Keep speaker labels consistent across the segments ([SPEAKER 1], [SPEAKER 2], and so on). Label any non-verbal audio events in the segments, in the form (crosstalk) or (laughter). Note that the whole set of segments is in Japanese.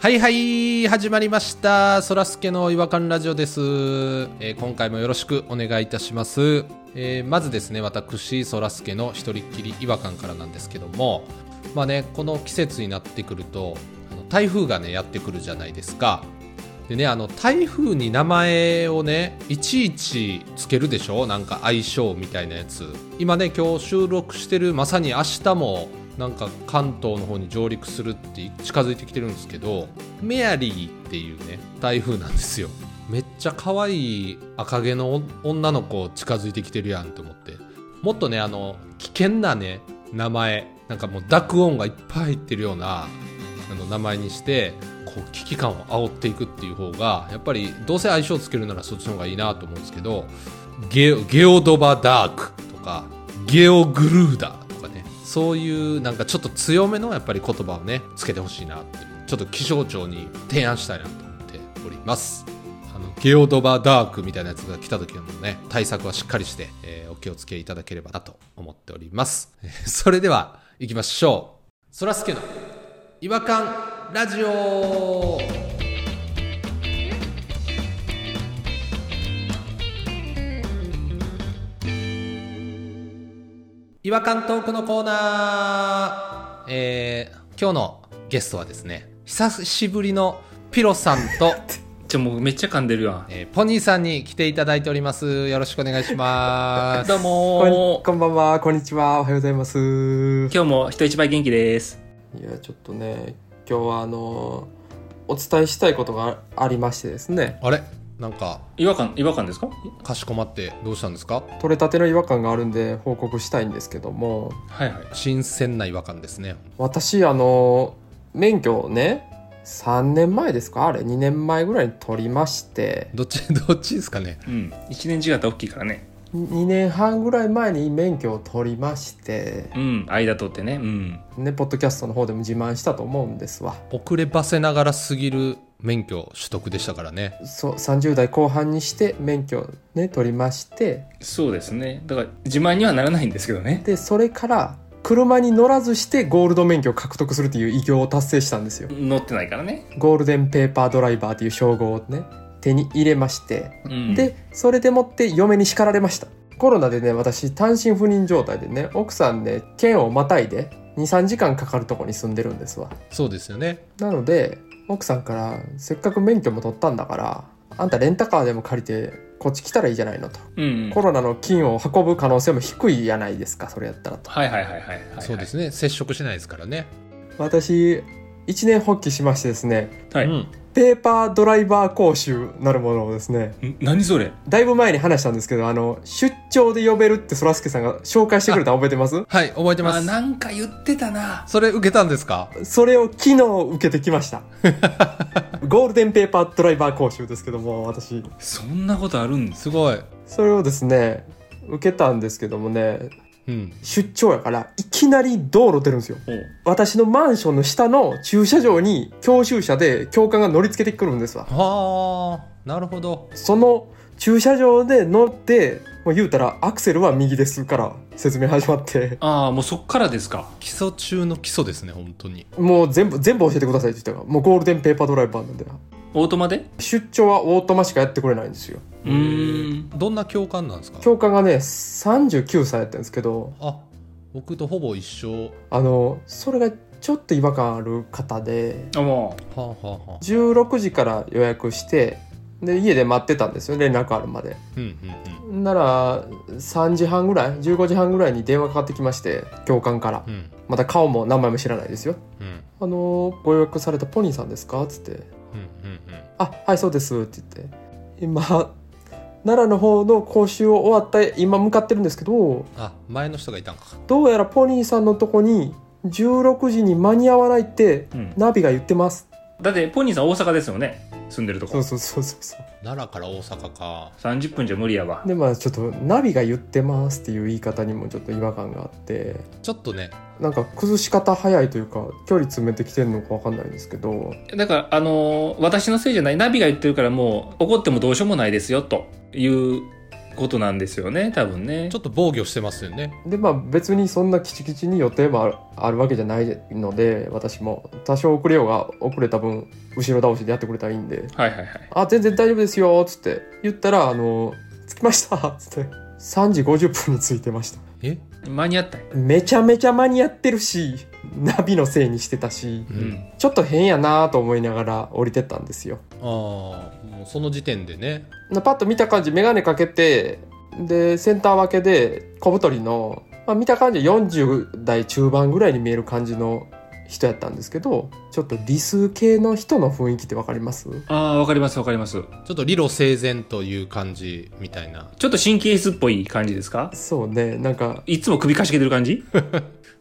[SPEAKER 1] はいはい始まりましたそらすけの違和感ラジオです、えー今回もよろしくお願いいたします、えーまずですね私そらすけの一人っきり違和感からなんですけどもまあねこの季節になってくるとあの台風がねやってくるじゃないですかでねあの台風に名前をねいちいちつけるでしょなんか相性みたいなやつ今ね今日収録してるまさに明日もなんか関東の方に上陸するって近づいてきてるんですけどメアリーっていうね台風なんですよめっちゃ可愛い赤毛の女の子近づいてきてるやんと思ってもっとねあの危険なね名前なんかもう濁音がいっぱい入ってるようなあの名前にしてこう危機感を煽っていくっていう方がやっぱりどうせ相性つけるならそっちの方がいいなと思うんですけどゲオゲオドバダークとかゲオグルーダとかねそういうなんかちょっと強めのやっぱり言葉をねつけてほしいなってちょっと気象庁に提案したいなと思っておりますあのゲオドバダークみたいなやつが来た時のね対策はしっかりして、えーお気をつけいただければなと思っております、えーそれでは行きましょうそらすけの違和感ラジオ違和感トークのコーナー、えー今日のゲストはですね久しぶりのピロさん
[SPEAKER 2] (laughs)
[SPEAKER 1] と、
[SPEAKER 2] ちょ、もうめっちゃ噛んでるわ。
[SPEAKER 1] えーポニーさんに来ていただいておりますよろしくお願いします
[SPEAKER 2] (laughs) どう
[SPEAKER 3] こん
[SPEAKER 2] もー
[SPEAKER 3] こんばんは、こんにちは、おはようございます。
[SPEAKER 2] 今日も人一倍元気です。
[SPEAKER 3] いや、ちょっとね、今日はあのお伝えしたいことがあありましてですね、
[SPEAKER 1] あれなんか
[SPEAKER 2] 違和感、違和感ですか
[SPEAKER 1] かしこまってどうしたんですか
[SPEAKER 3] 取れたての違和感があるんで報告したいんですけども、
[SPEAKER 2] はいはい。
[SPEAKER 1] 新鮮な違和感ですね
[SPEAKER 3] 私、あの免許をね、3年前ですかあれ、2年前ぐらいに取りまして、
[SPEAKER 1] どっちどっちですかね
[SPEAKER 2] うん。一年違ったら大きいからね。
[SPEAKER 3] 2年半ぐらい前に免許を取りまして、
[SPEAKER 2] うん。間取ってね。うん。
[SPEAKER 3] ね、ポッドキャストの方でも自慢したと思うんですわ。
[SPEAKER 1] 遅ればせながら過ぎる免許取得でしたからね
[SPEAKER 3] そう、30代後半にして免許をね、取りまして、
[SPEAKER 2] そうですね。だから、自慢にはならないんですけどね。
[SPEAKER 3] でそれから車に乗らずしてゴールド免許を獲得するっていう偉業を達成したんですよ
[SPEAKER 2] 乗ってないからね。
[SPEAKER 3] ゴールデンペーパードライバーという称号をね手に入れまして
[SPEAKER 2] うん。
[SPEAKER 3] でそれでもって嫁に叱られましたコロナでね私単身赴任状態でね奥さんね県をまたいで23時間かかるとこに住んでるんですわ
[SPEAKER 1] そうですよね
[SPEAKER 3] なので奥さんから「せっかく免許も取ったんだからあんたレンタカーでも借りてこっち来たらいいじゃないの」と
[SPEAKER 2] うん、うん。
[SPEAKER 3] コ
[SPEAKER 2] はい
[SPEAKER 3] ロナの金を運ぶ可能性も低いやないですかそれやったらと。
[SPEAKER 2] はいはいはいはい、はい。
[SPEAKER 1] そうで。すね接触しないですからね、
[SPEAKER 3] 私一年発起しましてですね
[SPEAKER 2] はい。、
[SPEAKER 1] うんん
[SPEAKER 3] ペーパードライバー講習なるものをですね
[SPEAKER 2] 何それ
[SPEAKER 3] だいぶ前に話したんですけどあの出張で呼べるってそらすけさんが紹介してくれたの覚えてます
[SPEAKER 1] はい覚えてま
[SPEAKER 2] あ、
[SPEAKER 1] す
[SPEAKER 2] なんか言ってたな。
[SPEAKER 1] それ受けたんですか
[SPEAKER 3] それを昨日受けてきましたゴールデンペーパードライバー講習ですけども私
[SPEAKER 2] そんなことあるんです。
[SPEAKER 1] すごい
[SPEAKER 3] それをですね受けたんですけどもね
[SPEAKER 1] うん
[SPEAKER 3] 出張やからいきなり道路出るんですよ
[SPEAKER 2] お
[SPEAKER 3] 私のマンションの下の駐車場に教習車で教官が乗り付けてくるんですわ
[SPEAKER 1] はあなるほど
[SPEAKER 3] その駐車場で乗って、もう言うたらアクセルは右ですから説明始まって、
[SPEAKER 2] ああ、もうそっからですか。
[SPEAKER 1] 基礎中の基礎ですね本当に
[SPEAKER 3] もう全部、全部教えてくださいって言ったから、もうゴールデンペーパードライバーなんで、
[SPEAKER 2] オートマで
[SPEAKER 3] 出張はオートマしかやってくれないんですよ。
[SPEAKER 2] うーん。
[SPEAKER 1] どんな教官なんですか
[SPEAKER 3] 教官がね、39歳やったんですけど、
[SPEAKER 1] あ僕とほぼ一緒は
[SPEAKER 3] あの、それがちょっと違和感ある方で、
[SPEAKER 2] あ、も
[SPEAKER 1] あ、はあはあ、
[SPEAKER 3] 16時から予約して、で、家で待ってたんですよ、連絡あるまで。
[SPEAKER 1] うんうんうん
[SPEAKER 3] なら、3時半ぐらい、15時半ぐらいに電話かかってきまして、教官から。
[SPEAKER 1] うん
[SPEAKER 3] また顔も名前も知らないですよ。
[SPEAKER 1] うん
[SPEAKER 3] あのーご予約されたポニーさんですか?」っつって
[SPEAKER 1] うんうん
[SPEAKER 3] 「あはいそうです」って言って今奈良の方の講習を終わった今向かってるんですけど
[SPEAKER 1] あ前の人がいたんか
[SPEAKER 3] どうやらポニーさんのとこに16時に間に合わないって
[SPEAKER 2] う。うん。
[SPEAKER 3] ナビが言ってます
[SPEAKER 2] だって、ポニーさん大阪ですよね。住んでるとこ。
[SPEAKER 3] そうそうそうそうそう
[SPEAKER 1] 奈良から大阪か
[SPEAKER 2] 30分じゃ無理やわ。
[SPEAKER 3] でまあちょっと「ナビが言ってます」っていう言い方にもちょっと違和感があって
[SPEAKER 1] ちょっとね
[SPEAKER 3] なんか崩し方早いというか距離詰めてきてるのか分かんないんですけど
[SPEAKER 2] だから、あのー私のせいじゃない、ナビが言ってるからもう、怒ってもどうしようもないですよ、ということなんですよね多分ね
[SPEAKER 1] ちょっと防御してますよね
[SPEAKER 3] でまあ別にそんなきちきちに予定もあるあるわけじゃないので私も多少遅れようが遅れた分後ろ倒しでやってくれたらいいんで
[SPEAKER 2] はいはいはい
[SPEAKER 3] 「あ全然大丈夫ですよ」っつって言ったら「あの着きました」っつって3時50分に着いてました
[SPEAKER 1] え
[SPEAKER 2] 間に合ったんや
[SPEAKER 3] めちゃめちゃ間に合ってるしナビのせいにしてたし
[SPEAKER 1] う
[SPEAKER 2] うんん
[SPEAKER 3] ちょっと変やなと思いながら降りてったんですよ
[SPEAKER 1] ああもうその時点でね
[SPEAKER 3] なパッと見た感じ眼鏡かけてでセンター分けで小太りの、まあ、見た感じ40代中盤ぐらいに見える感じの人やったんですけどちょっと理数系の人の雰囲気って分かります
[SPEAKER 2] あーわかりますわかります
[SPEAKER 1] ちょっと理路整然という感じみたいな
[SPEAKER 2] ちょっと神経質っぽい感じですか
[SPEAKER 3] そうねなんか
[SPEAKER 2] いつも首かしげてる感じ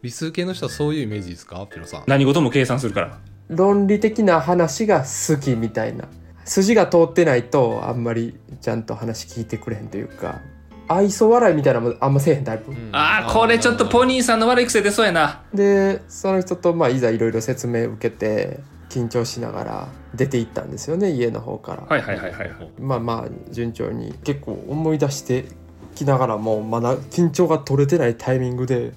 [SPEAKER 1] 理数系の人はそういうイメージですかピロさん
[SPEAKER 2] 何事も計算するから
[SPEAKER 3] 論理的な話が好きみたいな筋が通ってないとあんまりちゃんと話聞いてくれへんというか愛想笑いみたいなのもあんませえへんタイプ
[SPEAKER 1] うん
[SPEAKER 2] ああこれちょっとポ
[SPEAKER 1] ニ
[SPEAKER 2] ニーさんの悪い癖出そうやな
[SPEAKER 3] でその人とまあいざいろいろ説明受けて緊張しながら出て行ったんですよね家の方から、
[SPEAKER 2] はいはいはいはいはい
[SPEAKER 3] まあまあ順調に結構思い出してきながらもまだ緊張が取れてないタイミングで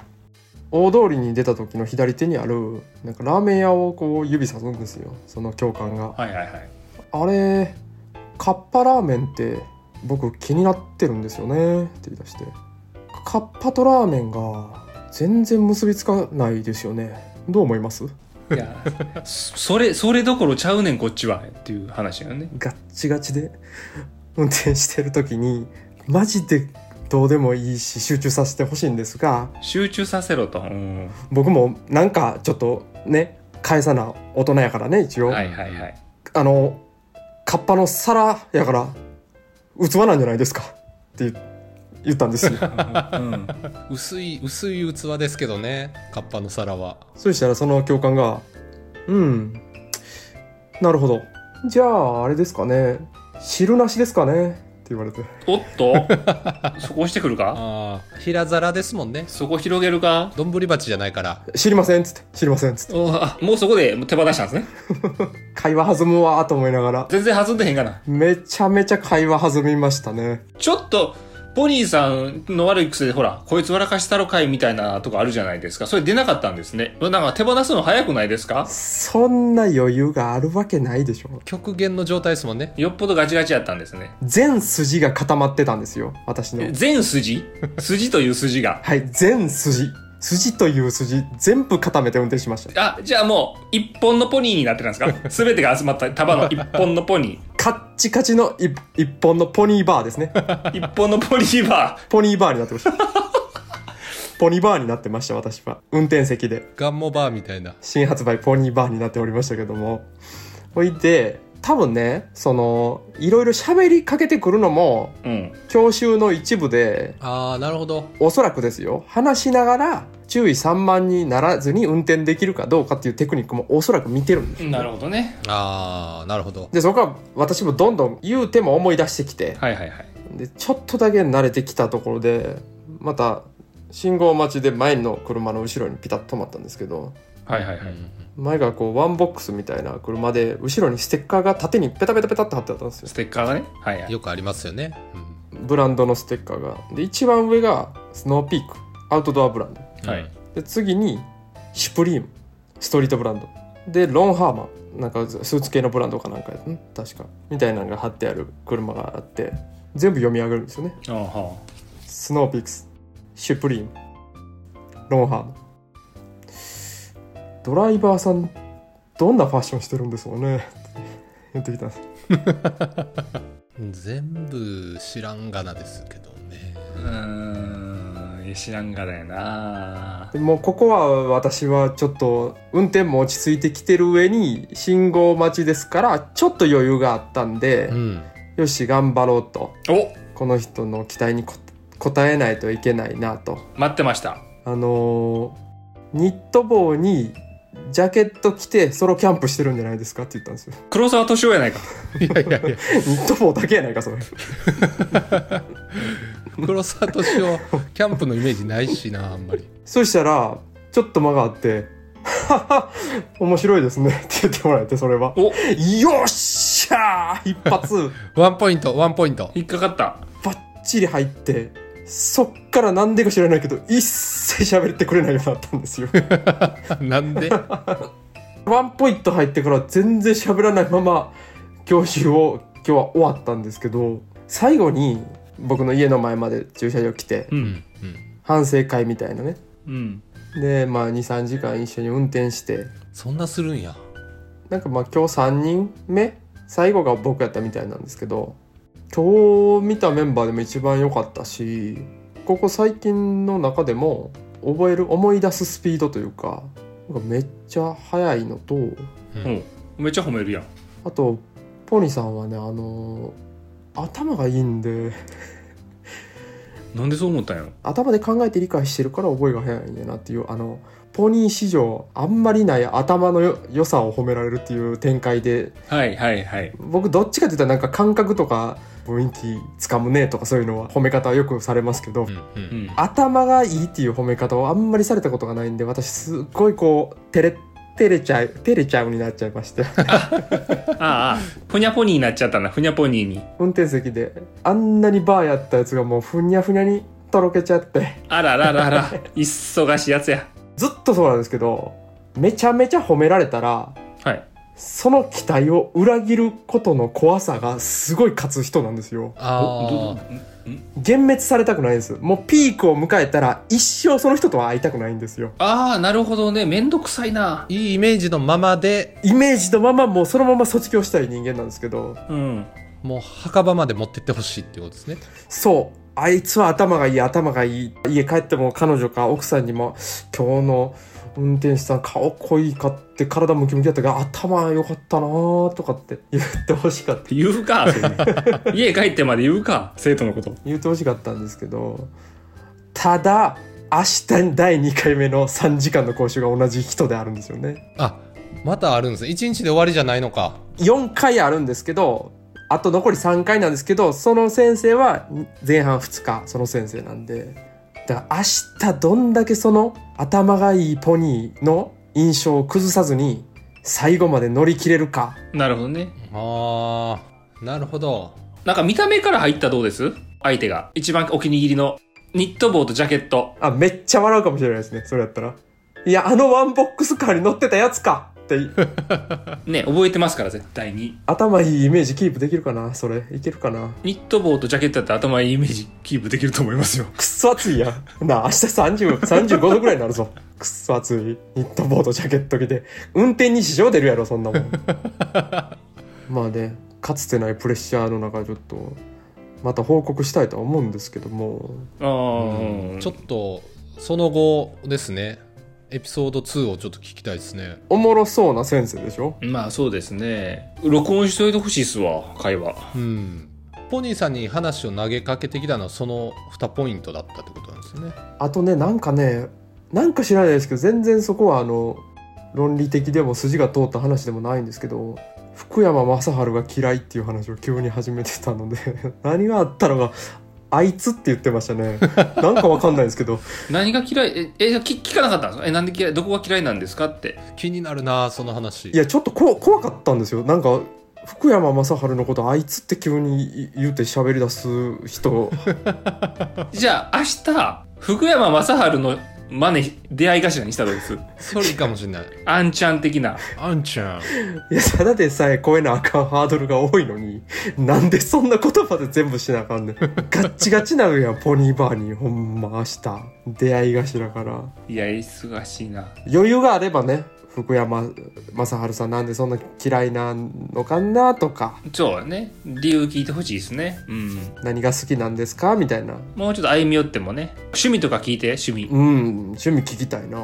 [SPEAKER 3] 大通りに出た時の左手にあるなんかラーメン屋をこう指さすんですよその教官が
[SPEAKER 2] はいはいはい
[SPEAKER 3] あれカッパラーメンって僕気になってるんですよねって言い出してカッパとラーメンが全然結びつかないですよねどう思います
[SPEAKER 2] いやそそれそれどころちゃうねんこっちはっていう話やね
[SPEAKER 3] ガッチガチで運転してる時にマジでどうでもいいし集中させてほしいんですが
[SPEAKER 2] 集中させろと、うん、
[SPEAKER 3] 僕もなんかちょっとね返さな大人やからね一応、
[SPEAKER 2] はいはいはい
[SPEAKER 3] あのカッパの皿やから器なんじゃないですかって言言ったんですよ
[SPEAKER 2] うん
[SPEAKER 1] 薄い薄い器ですけどねカッパの皿は
[SPEAKER 3] そしたらその教官が「うんなるほどじゃああれですかね汁なしですかね」って言われて
[SPEAKER 2] おっと (laughs) そこ押してくる
[SPEAKER 1] あ
[SPEAKER 2] か
[SPEAKER 1] あ平皿ですもんね
[SPEAKER 2] そこ広げるか
[SPEAKER 1] 丼鉢じゃないから
[SPEAKER 3] 「知りません」っつって「知りません」っつって
[SPEAKER 2] うわもうそこで手放したんですね
[SPEAKER 3] 会話弾むわーと思いながら
[SPEAKER 2] 全然弾んでへんかな
[SPEAKER 3] めちゃめちゃ会話弾みましたね
[SPEAKER 2] ちょっとポニーさんの悪い癖でほらこいつ笑かしたろかいみたいなとこあるじゃないですかそれ出なかったんですねなんか手放すの早くないですか
[SPEAKER 3] そんな余裕があるわけないでしょ
[SPEAKER 1] 極限の状態ですもんね
[SPEAKER 2] よっぽどガチガチやったんですね
[SPEAKER 3] 全筋が固まってたんですよ私の
[SPEAKER 2] 全筋筋という筋が
[SPEAKER 3] はい全筋筋という筋全部固めて運転しました
[SPEAKER 2] あじゃあもう一本のポニーになってたんですか全てが集まった束の一本のポニ
[SPEAKER 3] カッチカチの一一本のポニーバーですね
[SPEAKER 2] ー一本のポニーは
[SPEAKER 3] ポニーバーになってましたポニーバーになってました私は運転席で
[SPEAKER 1] ガンモバーみたいな
[SPEAKER 3] 新発売ポニーバーになっておりましたけどもほいで多分ねそのいろいろ喋りかけてくるのも
[SPEAKER 2] うん
[SPEAKER 3] 教習の一部で
[SPEAKER 1] ああなるほど
[SPEAKER 3] おそらくですよ話しながら注意散漫にならずに運転できるかどうかっていうテクニックもおそらく見てるんです
[SPEAKER 2] なるほどね
[SPEAKER 1] ああなるほど
[SPEAKER 3] でそこから私もどんどん言うても思い出してきて
[SPEAKER 2] はいはいはい
[SPEAKER 3] でちょっとだけ慣れてきたところでまた信号待ちで前の車の後ろにピタッと止まったんですけど
[SPEAKER 2] はいはいは
[SPEAKER 1] う
[SPEAKER 2] い
[SPEAKER 1] ん
[SPEAKER 3] 前がこうワンボックスみたいな車で後ろにステッカーが縦にペタペタペタって貼ってあったんですよ
[SPEAKER 2] ステッカーがねはいはい
[SPEAKER 1] よくありますよね、うん
[SPEAKER 3] ブランドのステッカーがで一番上がスノーピークアウトドアブランド
[SPEAKER 2] はい
[SPEAKER 3] で次にシュプリームストリートブランドでロンハーマンなんかスーツ系のブランドかなんかやん確かみたいなのが貼ってある車があって全部読み上げるんですよね
[SPEAKER 2] あは
[SPEAKER 3] スノーピックスシュプリームロンハーマンドライバーさんどんなファッションしてるんですよね (laughs) って言ってきたんです
[SPEAKER 1] 全部知らんがなですけどね
[SPEAKER 2] うーんいや知らんがだよな
[SPEAKER 3] でもうここは私はちょっと運転も落ち着いてきてる上に信号待ちですからちょっと余裕があったんで、
[SPEAKER 1] うん
[SPEAKER 3] よし頑張ろうと
[SPEAKER 2] お
[SPEAKER 3] この人の期待にこ応えないといけないなと
[SPEAKER 2] 待ってました
[SPEAKER 3] あのーニット帽にジャケット着てソロキャンプしてるんじゃないですかって言ったんですよ
[SPEAKER 2] 黒沢敏夫やないか
[SPEAKER 1] いやいやいや
[SPEAKER 3] ニット帽だけやないかそれ
[SPEAKER 1] 黒沢敏夫キャンプのイメージないしなあんまり
[SPEAKER 3] そしたらちょっと間があって (laughs) はは面白いですねって言ってもらえてそれは
[SPEAKER 2] お
[SPEAKER 3] よっしゃー一発
[SPEAKER 1] ワンポイントワンポイント
[SPEAKER 2] 引っかかった
[SPEAKER 3] バッちり入ってそっからなんでか知らないけど一切喋ってくれないようになったんですよ
[SPEAKER 1] (laughs) なんで
[SPEAKER 3] ワンポイント入ってから全然喋らないまま教習を今日は終わったんですけど最後に僕の家の前まで駐車場来て
[SPEAKER 2] う
[SPEAKER 1] うんんうん
[SPEAKER 3] 反省会みたいなね
[SPEAKER 2] うん
[SPEAKER 3] でまあ23時間一緒に運転して
[SPEAKER 1] そんなするんや
[SPEAKER 3] なんかまあ今日3人目最後が僕やったみたいなんですけど今日見たメンバーでも一番良かったしここ最近の中でも覚える思い出すスピードというかなんかめっちゃ速いのと
[SPEAKER 2] うんめっちゃ褒めるやん
[SPEAKER 3] あとポニーさんはねあの頭がいいんで
[SPEAKER 2] なんでそう思ったんやろ
[SPEAKER 3] 頭で考えて理解してるから覚えが早いんやなっていうあのポニー史上あんまりない頭のよ良さを褒められるっていう展開で
[SPEAKER 2] はいはいはい
[SPEAKER 3] 僕どっちかって言ったらなんか感覚とか雰囲気つかむねとかそういうのは褒め方はよくされますけど、
[SPEAKER 1] うんう
[SPEAKER 2] うんん
[SPEAKER 3] 頭がいいっていう褒め方をあんまりされたことがないんで私すっごいこう照れ照れちゃう照れちゃうになっちゃいまして (laughs)
[SPEAKER 2] ああふにゃポニーになっちゃったなふにゃポニーに
[SPEAKER 3] 運転席であんなにバーやったやつがもうふにゃふにゃにとろけちゃって
[SPEAKER 2] あららら (laughs) ら忙しいやつや
[SPEAKER 3] ずっとそうなんですけどめちゃめちゃ褒められたら
[SPEAKER 2] はい
[SPEAKER 3] その期待を裏切ることの怖さがすごい勝つ人なんですよ。
[SPEAKER 1] ああ
[SPEAKER 3] 幻滅されたくないんですもうピークを迎えたら一生その人とは会いたくないんですよ
[SPEAKER 2] ああなるほどねめんどくさいない
[SPEAKER 1] いイメージのままで
[SPEAKER 3] イメージのままもうそのまま卒業したい人間なんですけど
[SPEAKER 2] うん
[SPEAKER 1] もう墓場まで持ってってほしいってことですね
[SPEAKER 3] そうあいつは頭がいい頭がいい家帰っても彼女か奥さんにも今日の運転手さん顔濃いかって体ムキムキだったけど頭良かったなーとかって言ってほしかった
[SPEAKER 2] 言うかそんな (laughs) 家帰ってまで言うか生徒のこと
[SPEAKER 3] 言ってほしかったんですけどただ明日に第2回目の3時間の講習が同じ人であるんですよね
[SPEAKER 1] あまたあるんですね一日で終わりじゃないのか
[SPEAKER 3] 4回あるんですけどあと残り3回なんですけどその先生は前半2日その先生なんでだから明日どんだけその頭がいいポニーの印象を崩さずに最後まで乗り切れるか
[SPEAKER 2] なるほどね
[SPEAKER 1] ああなるほど
[SPEAKER 2] なんか見た目から入ったらどうです相手が一番お気に入りのニット帽とジャケット
[SPEAKER 3] あめっちゃ笑うかもしれないですねそれやったらいやあのワンボックスカーに乗ってたやつかって
[SPEAKER 2] ね覚えてますから絶対に
[SPEAKER 3] 頭いいイメージキープできるかなそれいけるかな
[SPEAKER 2] ニット帽とジャケットだったら頭いいイメージキープできると思いますよ
[SPEAKER 3] くっそ暑いやん。なあ、明日30 35度ぐらいになるぞ。くっそ暑い。ニットボードジャケット着て。運転に支障出るやろ、そんなもん。まあね、かつてないプレッシャーの中、ちょっと、また報告したいとは思うんですけども、
[SPEAKER 2] あー
[SPEAKER 1] ちょっとその後ですねエピソード2をちょっと聞きたいですね
[SPEAKER 3] おもろそうな先生でしょ
[SPEAKER 2] まあそうですね録音しといてほしいっすわ会話
[SPEAKER 1] うんポニーさんに話を投げかけてきたのはその2ポイントだったってことなんですね
[SPEAKER 3] あとね、なんかね、なんか知らないですけど、全然そこはあの、論理的でも筋が通った話でもないんですけど、福山雅治が嫌いっていう話を急に始めてたので、 (laughs) 何があったのか、あいつって言ってましたね。なんかわかんないんですけど、
[SPEAKER 2] 何が嫌いええ聞聞かなかったんですかえなんで嫌いどこが嫌いなんですかって
[SPEAKER 1] (laughs) 気になるなその話
[SPEAKER 3] いや、ちょっとこ怖かったんですよ。なんか、福山雅治のことあいつって急に言うて喋り出す人、
[SPEAKER 2] じゃあ明日福山雅治の真似出会い頭にしたらどうです
[SPEAKER 1] それいいかもしれない
[SPEAKER 2] あんちゃん的な
[SPEAKER 1] あんちゃん
[SPEAKER 3] いや、ただでさえ超えなあかんハードルが多いのに、なんでそんな言葉で全部しなあかんねん。ガッチガチなのやん、ポニーバーに。ほんま明日。出会い頭から。
[SPEAKER 2] いや忙しいな
[SPEAKER 3] 余裕があればね、福山雅治さんなんでそんな嫌いなのかなとか、
[SPEAKER 2] そうだね理由聞いてほしいですねうん
[SPEAKER 3] 何が好きなんですかみたいな。
[SPEAKER 2] もうちょっと歩み寄ってもね趣味とか聞いて趣味
[SPEAKER 3] うん、趣味聞きたいな。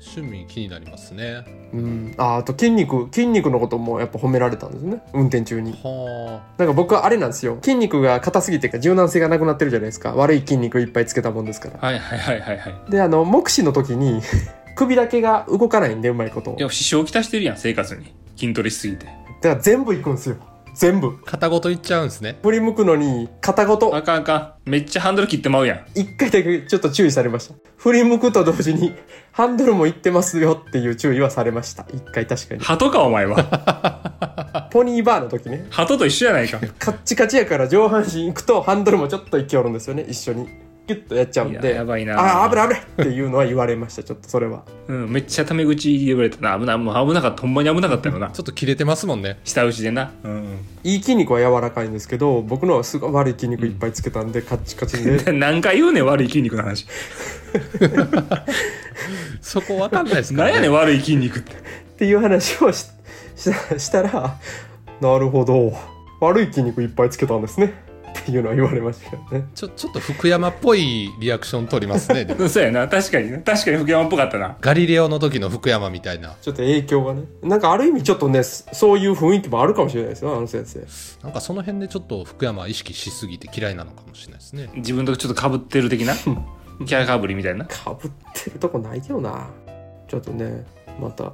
[SPEAKER 1] 趣味気になりますね
[SPEAKER 3] うん、ああと筋肉筋肉のこともやっぱ褒められたんですね運転中に
[SPEAKER 1] はあ
[SPEAKER 3] なんか僕はあれなんですよ筋肉が硬すぎてか柔軟性がなくなってるじゃないですか悪い筋肉いっぱいつけたもんですから
[SPEAKER 2] はいはいはいはいはい
[SPEAKER 3] であの目視の時に (laughs) 首だけが動かないんでうまいこと
[SPEAKER 2] いや支障をきたしてるやん生活に筋トレしすぎて
[SPEAKER 3] だから全部いくんですよ全部。
[SPEAKER 1] 片ごといっちゃうんですね。
[SPEAKER 3] 振り向くのに、片言、
[SPEAKER 2] あかんあかん。めっちゃハンドル切ってまうやん。
[SPEAKER 3] 一回だけちょっと注意されました。振り向くと同時に、ハンドルも行ってますよっていう注意はされました。一回確かに。
[SPEAKER 2] 鳩か、お前 (laughs) は。
[SPEAKER 3] ポニーバーの時ね、
[SPEAKER 2] 鳩と一緒やないか。
[SPEAKER 3] カッチカチやから上半身行くとハンドルもちょっと行きおるんですよね、一緒に。ギュッとやっちゃう
[SPEAKER 2] い
[SPEAKER 3] ん
[SPEAKER 2] や
[SPEAKER 3] で。
[SPEAKER 2] やばいな
[SPEAKER 3] ああ、危ない危ないっていうのは言われました、ちょっとそれは。
[SPEAKER 2] うん、めっちゃタメ口言われたな。危ない、もう危なかった。ほんまに危なかったよな。
[SPEAKER 1] ちょっと切れてますもんね。
[SPEAKER 2] 下打ちでな。うん。
[SPEAKER 3] いい筋肉は柔らかいんですけど、僕のはすごい悪い筋肉いっぱいつけたんで、カッチカチで。
[SPEAKER 2] 何回言うねん、悪い筋肉の話。
[SPEAKER 1] そこわかんないですか
[SPEAKER 2] (laughs) な
[SPEAKER 1] ら、
[SPEAKER 2] んやねん、悪い筋肉って。
[SPEAKER 3] っていう話をししたしたらなるほど悪い筋肉いっぱいつけたんですねっていうのは言われましたよね
[SPEAKER 1] ちょ、ちょっと福山っぽいリアクション取りますね。でも
[SPEAKER 2] うんそうやな。確かにな。確かに福山っぽかったな。
[SPEAKER 1] ガリレオの時の福山みたいな。
[SPEAKER 3] ちょっと影響がねなんかある意味ちょっとねそそういう雰囲気もあるかもしれないですよあの先生
[SPEAKER 1] なんかその辺でちょっと福山は意識しすぎて嫌いなのかもしれないですね。
[SPEAKER 2] 自分とちょっと被ってる的 (laughs) な。キャラ被りみたいな。
[SPEAKER 3] かぶってるとこないけどなちょっとねまた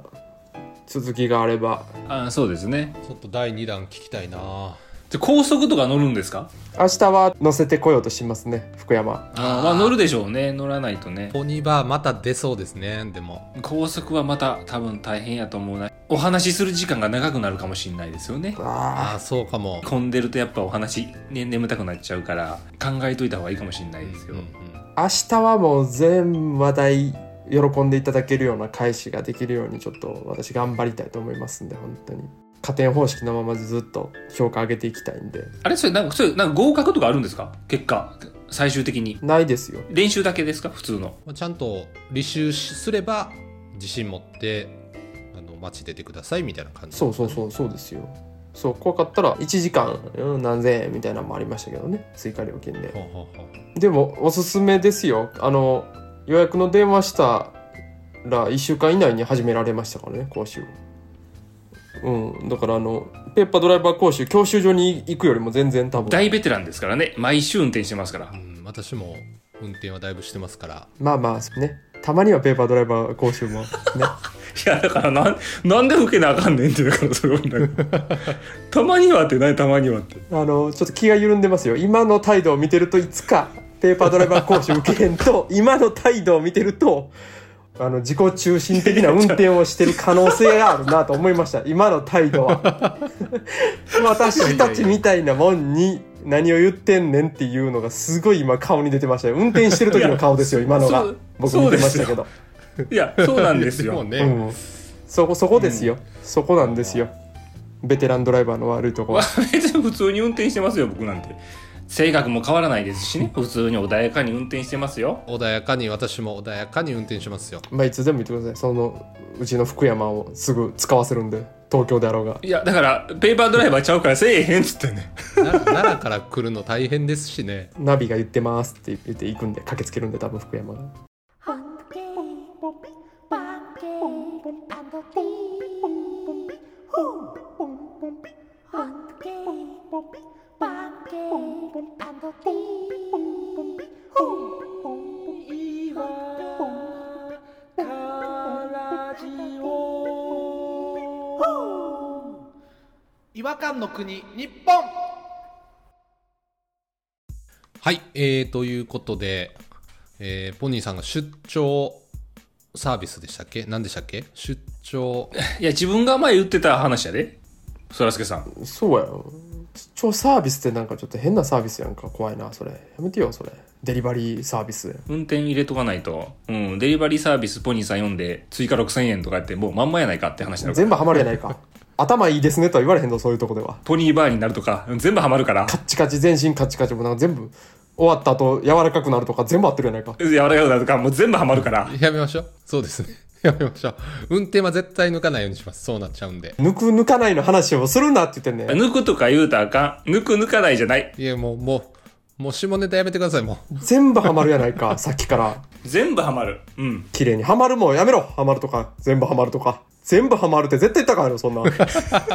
[SPEAKER 3] 続きがあれば
[SPEAKER 2] あそうですね。
[SPEAKER 1] ちょっと第2弾聞きたいな
[SPEAKER 2] じゃ高速とか乗るんですか
[SPEAKER 3] 明日は乗せてこようとしますね福山
[SPEAKER 2] あまあ乗るでしょうね。乗らないとね。
[SPEAKER 1] ポニーバーまた出そうですね。でも。
[SPEAKER 2] 高速はまた多分大変やと思うな。お話しする時間が長くなるかもしれないですよね。
[SPEAKER 3] あ
[SPEAKER 1] ああ、そうかも。
[SPEAKER 2] 混んでるとやっぱお話、ね、眠たくなっちゃうから考えといた方がいいかもしれないです
[SPEAKER 1] う
[SPEAKER 2] よ。
[SPEAKER 1] んうん
[SPEAKER 3] あ明日はもう全話題喜んでいただけるような返しができるようにちょっと私頑張りたいと思いますんで本当に加点方式のままずっと評価上げていきたいんで
[SPEAKER 2] あれそれなんか、それなんか合格とかあるんですか結果、最終的に。
[SPEAKER 3] ないですよ
[SPEAKER 2] 練習だけですか普通の。
[SPEAKER 1] まあちゃんと履修しすれば自信持ってあの街出てくださいみたいな感じ
[SPEAKER 3] そうそうそうそうですよそう怖かったら1時間、うん、何千円みたいなのもありましたけどね追加料金で
[SPEAKER 1] ほうほうほう
[SPEAKER 3] でもおすすめですよあの予約の電話したら1週間以内に始められましたからね講習うんだからあのペーパードライバー講習教習所に行くよりも全然多分
[SPEAKER 2] 大ベテランですからね。毎週運転してますから
[SPEAKER 1] う。ん、私も運転はだいぶしてますから
[SPEAKER 3] まあまあねたまにはペーパードライバー講習もね
[SPEAKER 2] いや、だからなん、なんで受けなあかんねんって、だからすごいなん
[SPEAKER 1] (laughs)
[SPEAKER 2] かたまにはって何、たまにはって。
[SPEAKER 3] あのちょっと気が緩んでますよ今の態度を見てるといつかペーパードライバー講習受けへんと今の態度を見てるとあの自己中心的な運転をしてる可能性があるなと思いました今の態度は
[SPEAKER 2] (laughs)
[SPEAKER 3] 私たちみたいなもんに何を言ってんねんっていうのがすごい今顔に出てましたよ運転してる時の顔ですよ今のが
[SPEAKER 2] (laughs) そう
[SPEAKER 3] 僕見てましたけど
[SPEAKER 2] いや、そうなんです
[SPEAKER 1] でも
[SPEAKER 2] よ。
[SPEAKER 1] ね、
[SPEAKER 3] うん、そこそこですよ、そこなんですよベテランドライバーの悪いとこは
[SPEAKER 2] 別に普通に運転してますよ、僕なんて。性格も変わらないです (laughs) しね。普通に穏やかに運転してますよ。
[SPEAKER 1] 穏やかに私も穏やかに運転しますよ
[SPEAKER 3] まあ、いつでも言ってくださいそのうちの福山をすぐ使わせるんで東京であろうが
[SPEAKER 2] いや、だから、ペーパードライバーちゃうからせえへんっつってね。
[SPEAKER 1] な (laughs) 奈良から来るの大変ですしね
[SPEAKER 3] ナビが言ってますって言って行くんで駆けつけるんで多分福山が
[SPEAKER 4] Hunky,
[SPEAKER 5] 違和感の国日本
[SPEAKER 1] はいえー、ということで、えーポニーさんが出張サービスでしたっけ何でしたっけ出張
[SPEAKER 2] (laughs) いや、自分が前言ってた話やで。そらすけさん。
[SPEAKER 3] そうやろ超サービスってなんかちょっと変なサービスやんか怖いなそれやめてよそれデリバリーサービス
[SPEAKER 2] 運転入れとかないと。うん。デリバリーサービスポニーさん読んで、追加6000円とかやって、もうまんまやないかって話だろ
[SPEAKER 3] 全部ハマるやないか (laughs) 頭いいですねとは言われへんぞそういうとこでは
[SPEAKER 2] ポニーバーになるとか、全部ハマるから。
[SPEAKER 3] カッチカチ全身カチカチもなんか全部終わった後柔らかくなるとか全部合ってるやないか
[SPEAKER 2] 柔らかくなるとか、もう全部ハマるから。
[SPEAKER 1] やめましょう (laughs) そうですねやめましょう運転は絶対抜かないようにしますそうなっちゃうんで
[SPEAKER 3] 抜く抜かないの話をするなって言ってんねん (laughs)
[SPEAKER 2] 抜くとか言うたらあかん。抜く抜かないじゃない。
[SPEAKER 1] いやもうもうもう下ネタやめてくださいもう
[SPEAKER 3] 全部ハマるやないかさっきから
[SPEAKER 2] 全部ハマる。うん。
[SPEAKER 3] 綺麗にハマるもんやめろハマるとか全部ハマるとか全部ハマるって絶対言ったからよそんな
[SPEAKER 1] (laughs)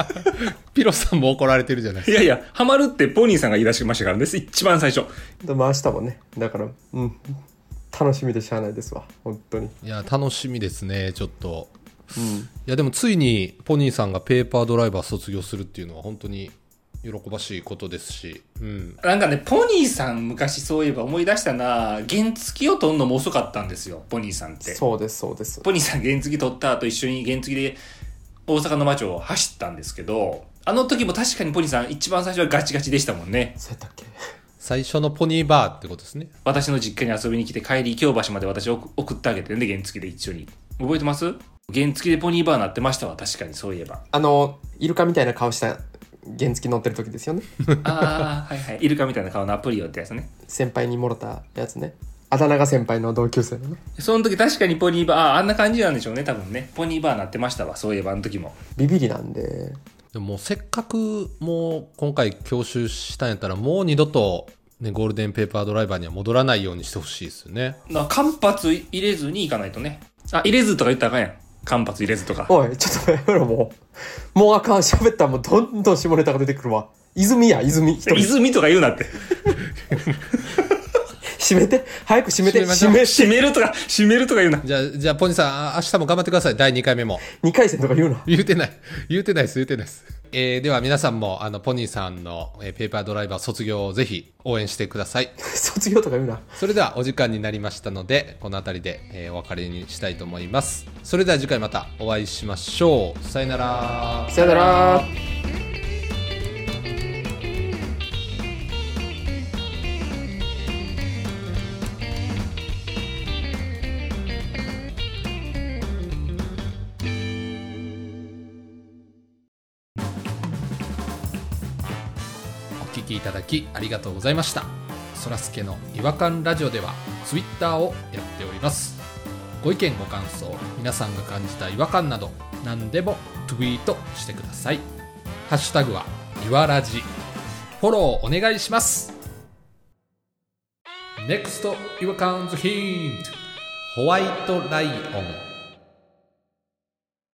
[SPEAKER 1] ピロさんも怒られてるじゃないですか
[SPEAKER 2] いやいや、ハマるってポニーさんが言い出しましたからです。一番最初。
[SPEAKER 3] でも明日もねだからうん楽しみでしゃあないですわ本当に
[SPEAKER 1] いや楽しみですねちょっと、いやでもついにポニーさんがペーパードライバー卒業するっていうのは本当に喜ばしいことですし、うん、
[SPEAKER 2] なんかね、ポニーさん昔そういえば思い出したな、原付を取るのも遅かったんですよ、ポニーさんって。
[SPEAKER 3] そうですそうです
[SPEAKER 2] ポニーさん原付取った後一緒に原付で大阪の街を走ったんですけど、あの時も確かにポニーさん一番最初はガチガチでしたもんね。
[SPEAKER 3] そうやったっけ
[SPEAKER 1] 最初のポニーバーってことですね
[SPEAKER 2] 私の実家に遊びに来て帰り京橋まで私を送送ってあげてね、原付で一緒に。覚えてます原付でポニーバーなってましたわ、確かにそういえ
[SPEAKER 3] (laughs)
[SPEAKER 2] ば。
[SPEAKER 3] あのイルカみたいな顔した原付乗ってる時です
[SPEAKER 1] (laughs)
[SPEAKER 3] よね
[SPEAKER 2] ああ、はいはい。イルカみたいな顔のアプリオってやつね。
[SPEAKER 3] 先輩にもろたやつねあだ名が先輩の同級生のね
[SPEAKER 2] その時確かにポニーバー、あーあんな感じなんでしょうね、多分ね。ポニーバーなってましたわ、そういえばあの時も。
[SPEAKER 3] ビビりなんで
[SPEAKER 1] でももうせっかくもう今回教習したんやったらもう二度と、ね、ゴールデンペーパードライバーには戻らないようにしてほしいですよね
[SPEAKER 2] な間髪入れずに行かないとね。あ、入れずとか言ったらあかんやん。間髪入れずとか。
[SPEAKER 3] おいちょっとやめろもうもうあかん喋ったらもうどんどん下ネタが出てくるわ泉や泉一人
[SPEAKER 2] 泉とか言うなって。
[SPEAKER 3] 閉めて早く閉めて
[SPEAKER 1] 閉めましょ
[SPEAKER 3] 閉
[SPEAKER 1] う
[SPEAKER 3] め
[SPEAKER 2] 閉めるとか、閉めるとか言うな。
[SPEAKER 1] じゃあじゃあポニーさんあ明日も頑張ってください第2回目も
[SPEAKER 3] 2回戦とか言うな
[SPEAKER 1] 言うてない言うてないです言うてないです、えーでは皆さんもあのポニーさんの、えーペーパードライバー卒業をぜひ応援してください
[SPEAKER 3] (laughs) 卒業とか言うな
[SPEAKER 1] それではお時間になりましたのでこの辺りで、えーお別れにしたいと思いますそれでは次回またお会いしましょうさよなら
[SPEAKER 3] さよなら
[SPEAKER 1] お聞きいただきありがとうございましたそらすけの違和感ラジオではツイッターをやっておりますご意見ご感想皆さんが感じた違和感など何でもツイートしてくださいハッシュタグはいわらじフォローお願いします NEXT 違和感ズヒントホワイトライオン